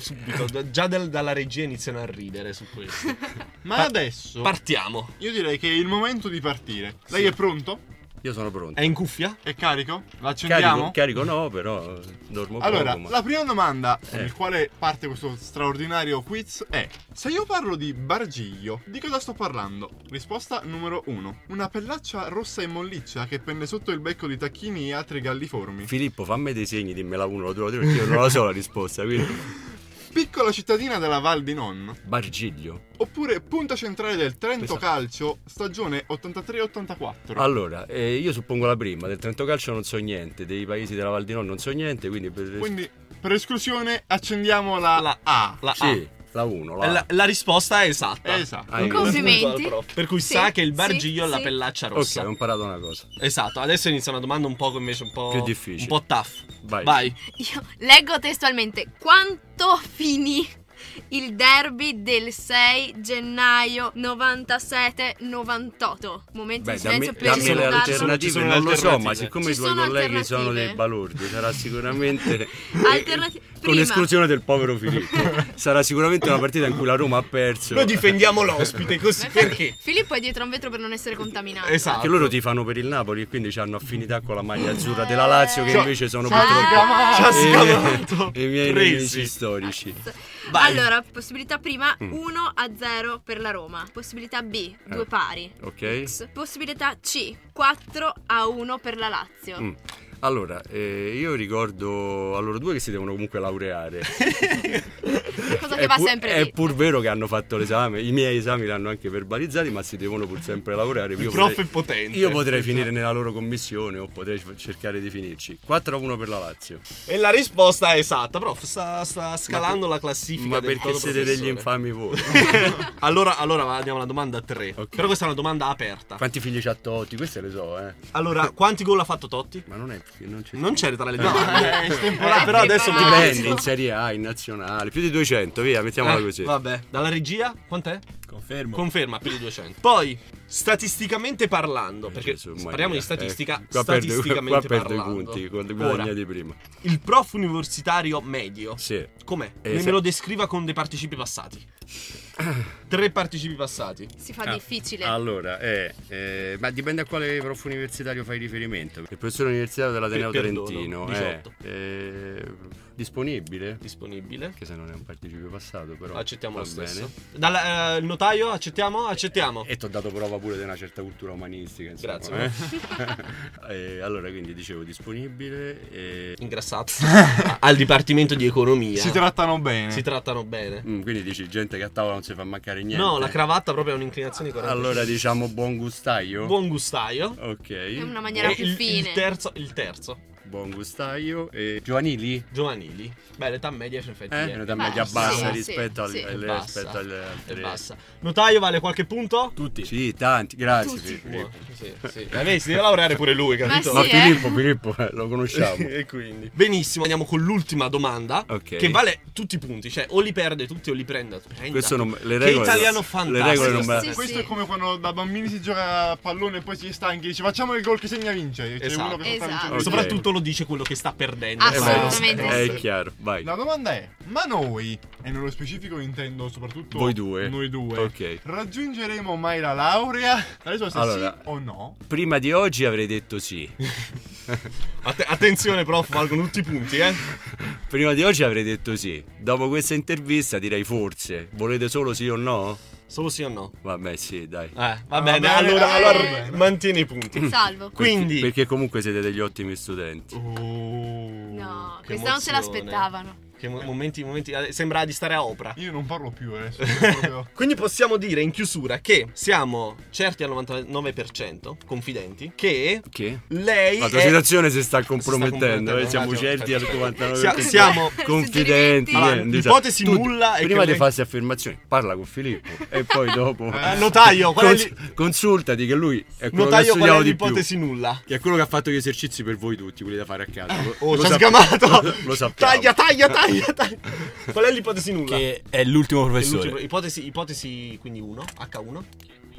S4: subito, da- già dal- dalla regia iniziano a ridere su questo.
S3: Ma
S4: Pa-
S3: adesso...
S4: Partiamo.
S3: Io direi che è il momento di partire. Lei
S4: Sì.
S3: è pronto?
S12: Io sono pronto.
S4: È in cuffia?
S3: È carico?
S12: Carico,
S3: L'accendiamo?
S12: carico no, però eh, dormo
S3: Allora,
S12: poco. ma-
S3: la prima domanda con
S12: Eh.
S3: il quale parte questo straordinario quiz è: Se io parlo di bargiglio, di cosa sto parlando? Risposta numero 1: Una pellaccia rossa e molliccia che pende sotto il becco di tacchini e altri galliformi.
S12: Filippo, fammi dei segni, dimmela uno, la due, la tre, perché io non la so la risposta, quindi...
S3: Piccola cittadina della Val di Non.
S12: Bargiglio.
S3: Oppure punta centrale del Trento
S12: Questa-
S3: Calcio, stagione 83-84.
S12: Allora, eh, io suppongo la prima, del Trento Calcio non so niente, dei paesi della Val di Non non so niente, quindi... Per...
S3: Quindi, per esclusione, accendiamo la, A.
S4: La
S12: sì,
S5: Ah.
S12: la 1,
S5: Eh,
S12: la...
S4: La, la risposta è esatta.
S3: È
S6: Esatto.
S3: esatta.
S12: Ah, io-
S5: Complimenti.
S4: Per cui
S5: Sì,
S4: sa che il
S5: sì,
S4: bargiglio ha la
S5: sì.
S4: pellaccia
S12: Ok,
S4: rossa.
S12: ho imparato una cosa.
S4: Esatto, adesso inizia una domanda un po' invece un po'
S12: Più difficile.
S4: Un po' tough.
S12: Vai.
S4: Vai.
S5: Io leggo testualmente quanto finì il derby del 6 gennaio 97-98. Momento
S12: Beh,
S5: di
S12: dammi,
S5: silenzio per
S12: dammi le
S5: ricordarlo.
S4: Ci
S12: alternative,
S4: sono le
S12: non lo so,
S4: alternative.
S12: ma siccome i
S5: Ci
S12: tuoi
S5: sono
S12: colleghi sono
S5: alternative.
S12: dei balordi, sarà sicuramente... eh,
S5: Alternati-
S12: Con
S5: prima.
S12: esclusione del povero Filippo. Sarà sicuramente una partita in cui la Roma ha perso.
S4: Noi difendiamo l'ospite così perché?
S5: Filippo è dietro a un vetro per non essere contaminato.
S12: Che loro tifano per il Napoli e quindi hanno affinità con la maglia azzurra
S5: Eh,
S12: della Lazio, che
S5: Ci ha-
S12: invece sono
S5: ci ha
S12: purtroppo
S5: scamato!
S12: i
S5: Ci ha
S12: miei-
S4: scamato!
S12: i miei
S4: Presi.
S12: nemici storici.
S5: Allora, possibilità prima
S12: Mm.
S5: 1 a 0 per la Roma. Possibilità B, due
S12: Eh,
S5: pari.
S12: ok.
S5: X. Possibilità C, 4 a 1 per la Lazio.
S12: Mm. Allora, eh, io ricordo a loro due che si devono comunque laureare.
S5: Cosa che
S12: È
S5: va
S12: pur,
S5: sempre
S12: è
S5: lì.
S12: pur vero che hanno fatto l'esame, i miei esami l'hanno anche verbalizzati, ma si devono pur sempre laureare.
S4: Il prof è potente. eh.
S12: Io potrei finire nella loro commissione o potrei f- cercare di finirci. 4-1 per la Lazio.
S4: E la risposta è esatta, prof. Sta, sta scalando la classifica.
S12: Ma
S4: del
S12: perché
S4: nodo
S12: siete degli
S4: professore.
S12: infami voi?
S4: allora, allora andiamo alla domanda 3. Però questa è una domanda aperta.
S12: Quanti figli c'ha Totti? Queste le so, eh.
S4: Allora, quanti gol ha fatto Totti?
S12: Ma non è non c'è.
S4: Non c'era tra le
S12: Eh.
S4: domande.
S12: Eh,
S4: Eh, però adesso
S12: dipende in Serie A, in nazionale, più di 200, via, mettiamola
S4: Eh,
S12: così.
S4: Vabbè, dalla regia quant'è?
S12: Boh.
S4: Confermo. Conferma più di 200. Poi, statisticamente parlando, perché parliamo di statistica,
S12: Eh, qua perdo-
S4: statisticamente
S12: qua perdo i
S4: parlando.
S12: punti, quando
S4: Ora,
S12: guadagnati prima.
S4: il prof universitario medio.
S12: Sì.
S4: Com'è?
S12: Eh,
S4: me
S12: se-
S4: lo descriva con dei participi passati. Tre participi passati.
S5: Si fa
S12: Ah,
S5: difficile.
S12: Allora, eh, eh, ma dipende a quale prof universitario fai riferimento. Il professore universitario dell'Ateneo
S4: Per- perdono,
S12: Trentino.
S4: 18.
S12: eh, eh, disponibile?
S4: Disponibile.
S12: Che se non è un participio passato, però.
S4: Accettiamo
S12: va
S4: lo stesso.
S12: bene. Eh,
S4: Dalla- eh, il notaio, accettiamo? Accettiamo.
S12: E ti ho dato prova pure di una certa cultura umanistica. Insomma,
S4: Grazie.
S12: eh. Eh, allora, quindi dicevo disponibile. E...
S4: Ingrassato. Al dipartimento di economia.
S3: Si trattano bene.
S4: Si trattano bene.
S12: Mm, quindi dici gente che a tavola non si fa mancare niente.
S4: No, la cravatta proprio è un'inclinazione di 45.
S12: Allora diciamo buon gustaio.
S4: Buon gustaio.
S12: Ok.
S5: In una maniera
S4: E
S5: più
S4: il,
S5: fine.
S4: Il terzo, il terzo.
S12: Buon gustaio e Giovanili?
S4: Giovanili. Beh, l'età media in effetti
S12: Eh?
S4: è
S12: L'età media
S4: Beh,
S12: bassa
S4: sì,
S12: rispetto,
S4: sì,
S12: al- alle,
S4: è bassa,
S12: rispetto alle altre.
S4: è bassa. Notaio vale qualche punto?
S12: Tutti. Sì, tanti, grazie.
S4: Tutti.
S12: Filippo.
S4: Sì, sì. Eh, vedi, si deve laureare pure lui,
S12: Ma
S4: capito?
S12: sì, Ma eh. Filippo, Filippo, eh, lo conosciamo.
S4: e quindi. Benissimo, andiamo con l'ultima domanda.
S12: Ok.
S4: Che vale tutti i punti, cioè o li perde tutti o li prende. prenda.
S12: Questo non- le
S4: Che
S12: regole-
S4: italiano
S12: le
S4: fantastico.
S12: regole non me- Sì,
S3: Questo è come quando da bambini si gioca a pallone e poi si è stanchi e dice facciamo il gol che segna vince. E c'è
S4: Esatto.
S3: uno che sta vincendo.
S4: Ok. Soprattutto lo dice quello che sta perdendo.
S3: Assolutamente
S12: Eh,
S3: sì.
S12: È chiaro, vai.
S3: La domanda è, ma noi, e nello specifico intendo soprattutto
S12: Voi due.
S3: noi due,
S12: Ok.
S3: raggiungeremo mai la laurea? La risposta
S12: Allora.
S3: è sì o no?
S12: Prima di oggi avrei detto sì.
S4: Att- attenzione, prof, valgono tutti i punti, eh.
S12: Prima di oggi avrei detto sì. Dopo questa intervista direi forse. Volete solo sì o no?
S4: Solo sì o no?
S12: Vabbè, sì, dai. Eh,
S4: va, bene, allora, allora mantieni i punti.
S5: Salvo.
S12: Quindi perché, comunque siete degli ottimi studenti.
S5: No,
S12: Oh. Uh,
S4: Che
S5: questa non se
S4: emozione.
S5: l'aspettavano.
S4: Che mo- momenti, momenti. eh, Sembra di stare a opera.
S3: Io non parlo più adesso.
S4: Quindi possiamo dire in chiusura che siamo certi al 99%, confidenti, che
S12: Che?
S4: lei.
S12: La tua
S4: è...
S12: situazione eh, si sta
S4: compromettendo,
S12: compromettendo, eh, siamo
S4: ragione,
S12: certi al
S4: ragione.
S12: 99%.
S4: Sia- siamo-
S12: confidenti.
S4: Allora,
S12: niente, esatto.
S4: l'ipotesi
S12: tu-
S4: nulla è
S12: prima
S4: che
S12: di
S4: lei-
S12: farsi affermazioni, parla con Filippo e poi dopo
S4: Eh, notaio, qual è
S12: Cons-
S4: lì-
S12: consultati che lui è quello
S4: Notaio,
S12: che ha
S4: qual è
S12: studiato di più.
S4: l'ipotesi nulla?
S12: Che è quello che ha fatto gli esercizi per voi tutti, quelli da fare a casa. Lo-
S4: Oh,
S12: lo
S4: ci ha
S12: sapp-
S4: sgamato!
S12: Lo sappiamo.
S4: Taglia, taglia, taglia, taglia. Qual è l'ipotesi nulla?
S14: Che è l'ultimo professore.
S4: L'ultima- Ipotesi, ipotesi quindi 1, H1.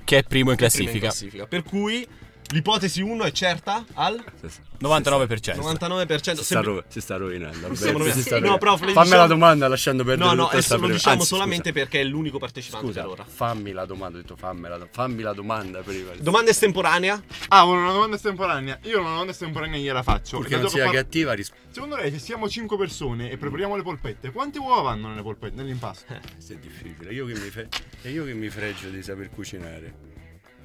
S14: Che è primo in
S4: Prima in
S14: classifica.
S4: classifica. Per cui l'ipotesi 1 è certa al
S14: 99%.
S4: 99%.
S12: Si sta,
S4: Sempre-
S12: ru- si sta rovinando.
S4: Sì, stiamo
S12: vabbè, si sta
S4: rovinando. No,
S12: rovinando.
S4: prof, le
S12: fammi
S4: diciamo-
S12: la domanda lasciando perdere
S4: No, no,
S12: tutta sta
S4: adesso lo
S12: prima.
S4: diciamo
S12: Anzi, scusa.
S4: solamente perché è l'unico partecipante
S12: Scusa,
S4: per ora.
S12: fammi la domanda, ho detto fammela, do- fammi la domanda prima.
S4: Domanda estemporanea?
S3: Ah, volevo una domanda estemporanea. Io una domanda estemporanea gliela faccio.
S12: Purché
S3: E
S12: non
S3: dopo
S12: sia
S3: par-
S12: cattiva risp-
S3: Secondo lei, se siamo 5 persone e prepariamo le polpette, quante uova vanno nelle polpette, nell'impasto?
S12: Questo è difficile, io che mi, fre- e io che mi fregio di saper cucinare.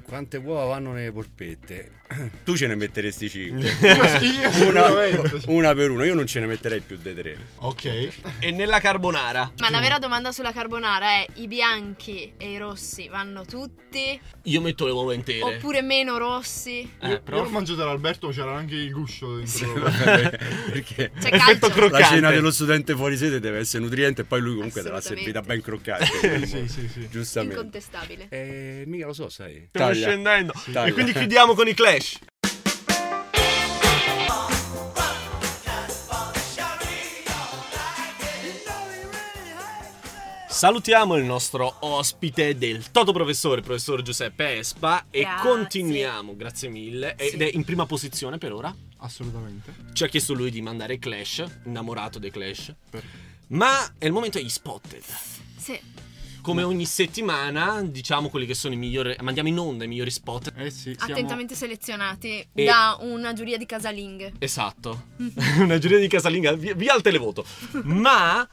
S12: Quante uova vanno nelle polpette? Tu ce ne metteresti 5.
S4: io
S12: una,
S4: sicuramente.
S12: una per una, io non ce ne metterei più di tre.
S3: Ok.
S4: E nella carbonara?
S5: Ma la vera domanda sulla carbonara è: i bianchi e i rossi vanno tutti?
S4: Io metto le uova intere.
S5: Oppure meno rossi?
S3: Io-
S4: Eh, prof.
S3: Io l'ho mangiato dall'Alberto, c'era anche il guscio dentro.
S5: C'è
S12: Perché
S5: Effetto calcio.
S12: la
S5: croccante.
S12: cena dello studente fuori sede deve essere nutriente e poi lui comunque te l'ha servita ben croccante.
S3: Sì, sì, sì.
S12: Giustamente.
S5: Incontestabile.
S12: Eh, mica lo so, sai.
S4: Stiamo
S12: Taglia.
S4: scendendo.
S12: Taglia.
S4: E quindi chiudiamo con i clash. Salutiamo il nostro ospite del Toto Professore, professor Giuseppe Espa. E
S3: Grazie.
S4: continuiamo, grazie mille. Ed
S3: Sì.
S4: è in prima posizione per ora.
S3: Assolutamente.
S4: Ci ha chiesto lui di mandare i Clash, innamorato dei Clash. Ma è il momento degli spotted.
S5: Sì.
S4: Come ogni settimana, diciamo quelli che sono i migliori. Mandiamo in onda i migliori spot.
S3: Eh sì,
S5: Attentamente selezionati
S4: E-
S5: da una giuria di casalinghe.
S4: Esatto. Una giuria di casalinga, via, via al televoto. Ma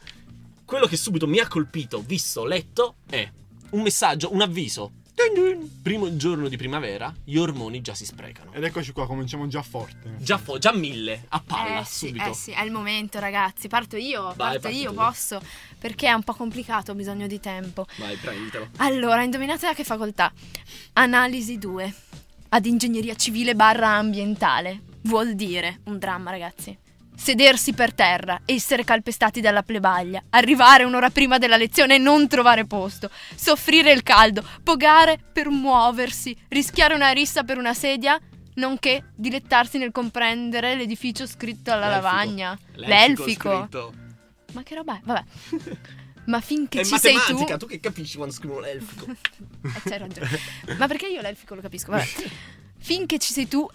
S4: quello che subito mi ha colpito, visto, letto, è un messaggio, un avviso. Dun dun. Primo giorno di primavera, gli ormoni già si sprecano.
S3: Ed eccoci qua, cominciamo già forte.
S4: Già, fo- già mille, a palla,
S5: eh sì,
S4: subito.
S5: eh sì, è il momento ragazzi, parto io,
S4: Vai,
S5: parto
S4: parti
S5: io,
S4: tu.
S5: posso, perché è un po' complicato, ho bisogno di tempo.
S4: Vai, prenditelo.
S5: Allora, indovinate da che facoltà? Analisi 2, ad ingegneria civile barra ambientale. Vuol dire, un dramma ragazzi, sedersi per terra, essere calpestati dalla plebaglia, arrivare un'ora prima della lezione e non trovare posto, soffrire il caldo, pogare per muoversi, rischiare una rissa per una sedia, nonché dilettarsi nel comprendere l'edificio scritto alla
S15: L'elfico.
S5: lavagna.
S4: L'elfico
S5: Ma che roba è? Vabbè. Ma finché
S4: è
S5: ci sei tu...
S4: matematica, tu... che capisci quando scrivo l'elfico.
S5: Eh, c'hai ragione. Ma perché io l'elfico lo capisco? Vabbè. Finché ci sei tu,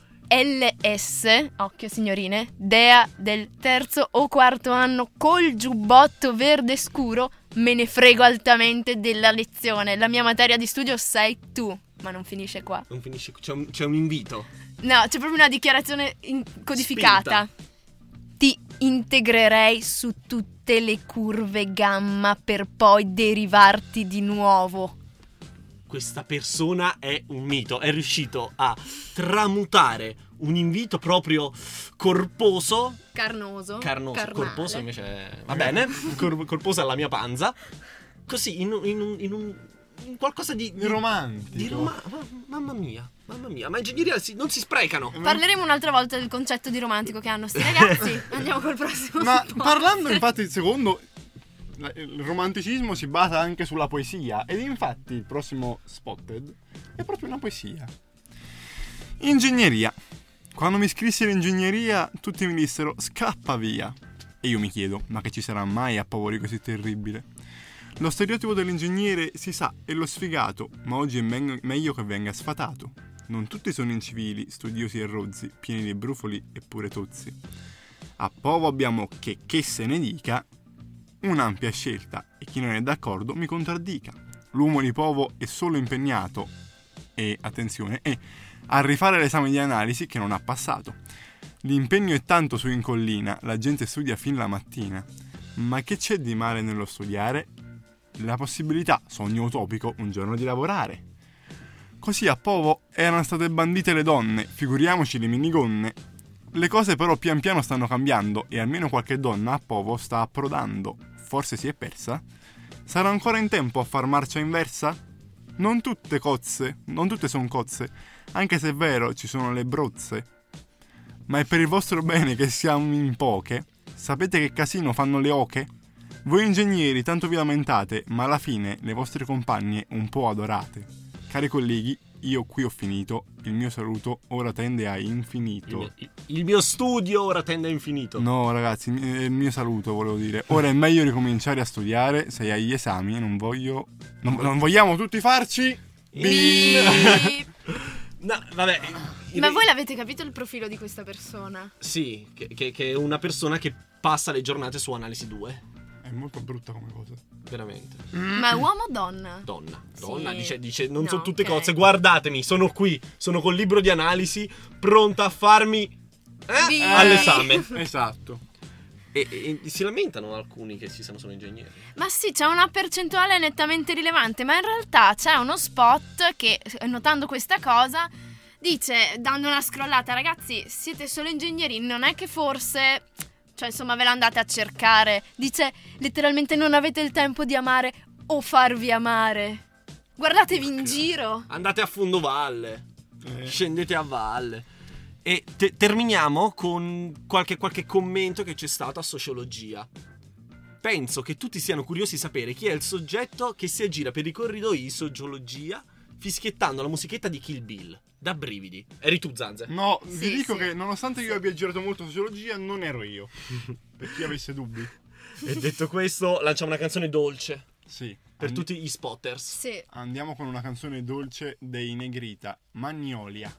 S5: LS, occhio signorine, dea del terzo o quarto anno col giubbotto verde scuro, me ne frego altamente della lezione. La mia materia di studio sei tu. Ma non finisce qua.
S4: Non finisce, c'è un, c'è un invito.
S5: No, c'è proprio una dichiarazione in- codificata. Ti integrerei su tutte le curve gamma per poi derivarti di nuovo.
S4: Questa persona è un mito, è riuscito a tramutare un invito proprio corposo,
S5: Carnoso.
S4: carnoso,
S5: Oh, carnale.
S4: corposo invece è- va bene, cor- corposo alla mia panza, così in, un- in un, in un- in qualcosa di...
S3: romantico.
S4: Di roma- ma- mamma mia. Mamma mia, ma ingegneria si- non si sprecano.
S5: Parleremo un'altra volta del concetto di romantico che hanno sti ragazzi. Andiamo col prossimo.
S3: Ma
S5: spot.
S3: parlando infatti secondo la- il romanticismo si basa anche sulla poesia ed infatti il prossimo spotted è proprio una poesia. Ingegneria. Quando mi iscrissero in ingegneria tutti mi dissero scappa via. E io mi chiedo, ma che ci sarà mai a pavori così terribile? Lo stereotipo dell'ingegnere si sa è lo sfigato, ma oggi è men- meglio che venga sfatato. Non tutti sono incivili, studiosi e rozzi, pieni di brufoli e pure tozzi. A Povo abbiamo che che se ne dica un'ampia scelta e chi non è d'accordo mi contraddica. L'uomo di Povo è solo impegnato e attenzione è a rifare l'esame di analisi che non ha passato. L'impegno è tanto su in collina, la gente studia fin la mattina. Ma che c'è di male nello studiare? La possibilità, sogno utopico, un giorno di lavorare. Così a Povo erano state bandite le donne, figuriamoci le minigonne. Le cose però pian piano stanno cambiando e almeno qualche donna a Povo sta approdando. Forse si è persa? Sarà ancora in tempo a far marcia inversa? Non tutte cozze, non tutte sono cozze, anche se è vero ci sono le brozze. Ma è per il vostro bene che siamo in poche. Sapete che casino fanno le oche? Voi ingegneri tanto vi lamentate, ma alla fine le vostre compagne un po' adorate. Cari colleghi, io qui ho finito, il mio saluto ora tende a infinito.
S4: Il mio studio ora tende a infinito.
S3: No, ragazzi, mi- eh, il mio saluto volevo dire. Ora è meglio ricominciare a studiare, sei agli esami, non voglio. Non, non vogliamo tutti farci. Bip.
S4: No, vabbè.
S5: Ma voi l'avete capito il profilo di questa persona?
S4: Sì, che, che- che è una persona che passa le giornate su Analisi 2.
S3: È molto brutta come cosa.
S4: Veramente.
S5: Ma è uomo o donna?
S4: Donna, donna,
S5: Sì.
S4: dice, dice, non
S5: No,
S4: sono tutte
S5: ok.
S4: cozze. Guardatemi, sono qui, sono col libro di analisi, pronta a farmi
S5: Bip.
S4: all'esame.
S3: Esatto.
S4: E, e si lamentano alcuni che si sanno sono ingegneri.
S5: Ma sì, c'è una percentuale nettamente rilevante, ma in realtà c'è uno spot che, notando questa cosa, dice, dando una scrollata, ragazzi, siete solo ingegneri, non è che forse... Cioè, insomma, ve la andate a cercare. Dice, letteralmente, non avete il tempo di amare o farvi amare. Guardatevi in giro.
S4: Andate a fondo valle, Eh. scendete a valle. E te- terminiamo con qualche, qualche commento che c'è stato a sociologia. Penso che tutti siano curiosi di sapere chi è il soggetto che si aggira per i corridoi di sociologia fischiettando la musichetta di Kill Bill. Da brividi. Eri tu, Zanze?
S3: No, vi dico che nonostante io abbia girato molto sociologia, non ero io. per chi avesse dubbi.
S4: E detto questo, lanciamo una canzone dolce.
S3: Sì.
S4: Per
S3: And-
S4: tutti gli spotters.
S5: Sì.
S3: Andiamo con una canzone dolce dei Negrita, Magnolia.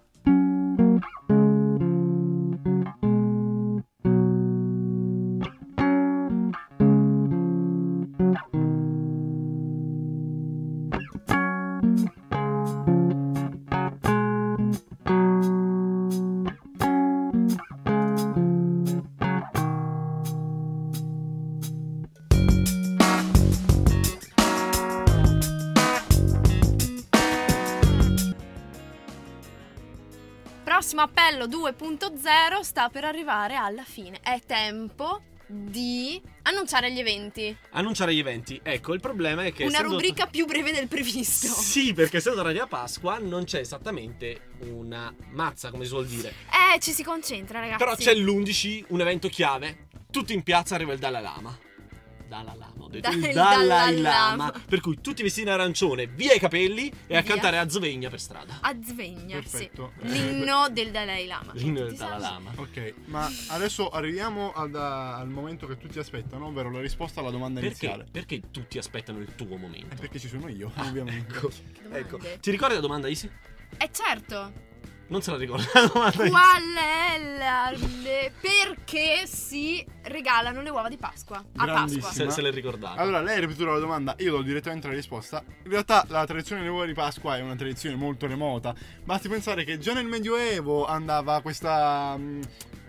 S5: Prossimo appello 2.0 sta per arrivare alla fine. È tempo di annunciare gli eventi.
S4: Annunciare gli eventi. Ecco, il problema è che...
S5: Una
S4: essendo-
S5: rubrica più breve del previsto.
S4: Sì, perché essendo tornati a Pasqua non c'è esattamente una mazza, come si suol dire.
S5: Eh, ci si concentra, ragazzi.
S4: Però c'è l'11, un evento chiave. Tutti in piazza arriva il Dalai Lama. Dalai Lama, ho detto.
S5: Dal-
S4: il
S5: Dalai
S4: Dalai
S5: Lama.
S4: Lama. Per cui tutti vestiti in arancione, via i capelli e a
S5: Via.
S4: cantare a Zvegna per strada.
S5: A Svegna, sì.
S3: Perfetto.
S5: L'inno del Dalai Lama.
S4: L'inno del
S5: Ti sa-
S4: Dalai Lama.
S3: Ok, ma adesso arriviamo al, al momento che tutti aspettano, ovvero la risposta alla domanda
S4: Perché,
S3: iniziale. Eh,
S4: perché tutti aspettano il tuo momento?
S3: Perché ci sono io, ovviamente.
S4: Ecco,
S5: domande.
S4: ecco. Ti ricordi la domanda, Isi?
S5: Eh certo.
S4: Non se la ricordo la domanda. Isi.
S5: Qual è la... le- Perché si regalano le uova di Pasqua? A Pasqua.
S4: Se, se l'è ricordata.
S3: Allora, lei ripeterà la domanda, io do direttamente la risposta. In realtà la tradizione delle uova di Pasqua è una tradizione molto remota. Basti pensare che già nel Medioevo andava questa... mm,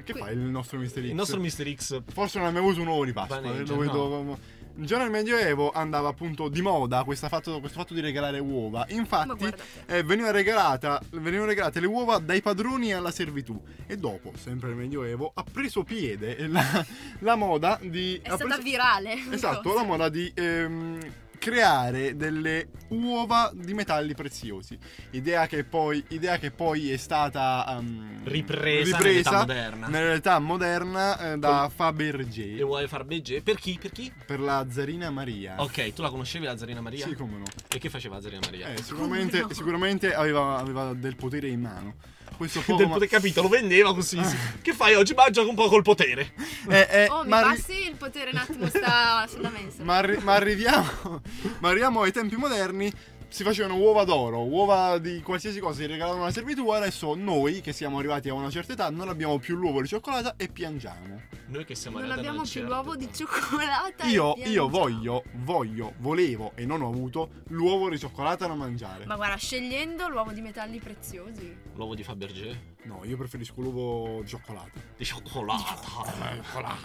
S3: Che fa il nostro Mister X?
S4: Il nostro Mr. X
S3: Forse non abbiamo avuto un uovo di Pasqua.
S4: Vaneggia,
S3: dove
S4: no.
S3: dovevamo- Già nel Medioevo andava appunto di moda questa fatto- questo fatto di regalare uova. Infatti eh, veniva regalata- venivano regalate le uova dai padroni alla servitù. E dopo, sempre nel Medioevo, ha preso piede la, la moda di...
S5: È
S3: ha
S4: Ah,
S5: stata
S3: preso-
S5: virale.
S3: Esatto, la moda di ehm, creare delle uova di metalli preziosi. Idea che poi, idea che poi è stata ehm,
S4: Ripresa
S3: ripresa
S4: nell'età moderna.
S3: nella realtà moderna eh, da Fabergé.
S4: E vuole far begge? Per chi? Per chi?
S3: Per la Zarina Maria.
S4: Ok, tu la conoscevi la Zarina Maria?
S3: Sì, come no.
S4: E che faceva la Zarina Maria?
S3: Eh, sicuramente, sicuramente aveva, aveva del potere in mano. Questo poco
S4: Del
S3: ma-
S4: potere capito, lo vendeva così. sì. Che fai oggi? Mangia un po' col potere.
S3: Eh, eh,
S5: Oh, mi
S3: ma arri-
S5: passi il potere un attimo sta sulla mensola.
S3: ma, arri- ma arriviamo, ma arriviamo ai tempi moderni. Si facevano uova d'oro, uova di qualsiasi cosa, si regalavano alla servitù. Adesso noi, che siamo arrivati a una certa età, non abbiamo più l'uovo di cioccolata e piangiamo.
S4: Noi che siamo
S5: Non
S4: arrivati
S5: abbiamo
S4: alla
S5: più
S4: cera.
S5: l'uovo di cioccolata.
S3: Io,
S5: e
S3: io
S5: piangiamo.
S3: voglio, voglio, volevo e non ho avuto l'uovo di cioccolata da mangiare.
S5: Ma guarda, scegliendo l'uovo di metalli preziosi.
S4: L'uovo di Fabergé?
S3: No, io preferisco l'uovo di cioccolata. Eh,
S4: Di cioccolata.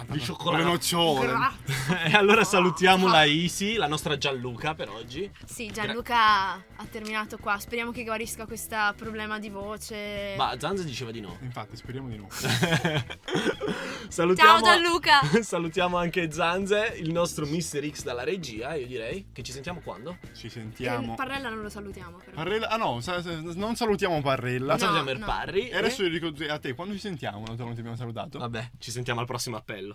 S4: Di
S3: Con
S4: cioccolata.
S3: le nocciole.
S4: e allora
S5: Ah.
S4: salutiamo la Isi, la nostra Gianluca per oggi.
S5: Sì, Gianluca ha terminato qua. Speriamo che guarisca questo problema di voce.
S4: Ma Zanza diceva di no.
S3: Infatti, speriamo di no.
S4: salutiamo,
S5: Ciao, Gianluca.
S4: salutiamo anche Zanze, il nostro Mr. X dalla regia. Io direi che ci sentiamo quando?
S3: Ci
S5: Eh,
S3: sentiamo.
S5: Parrella non lo salutiamo però.
S3: Parrella, ah no, sa- sa- non salutiamo Parrella.
S4: Non salutiamo il No, no. Parri,
S3: E adesso io dico a te, quando ci sentiamo? Non te- non ti abbiamo salutato.
S4: Vabbè, ci sentiamo al prossimo appello.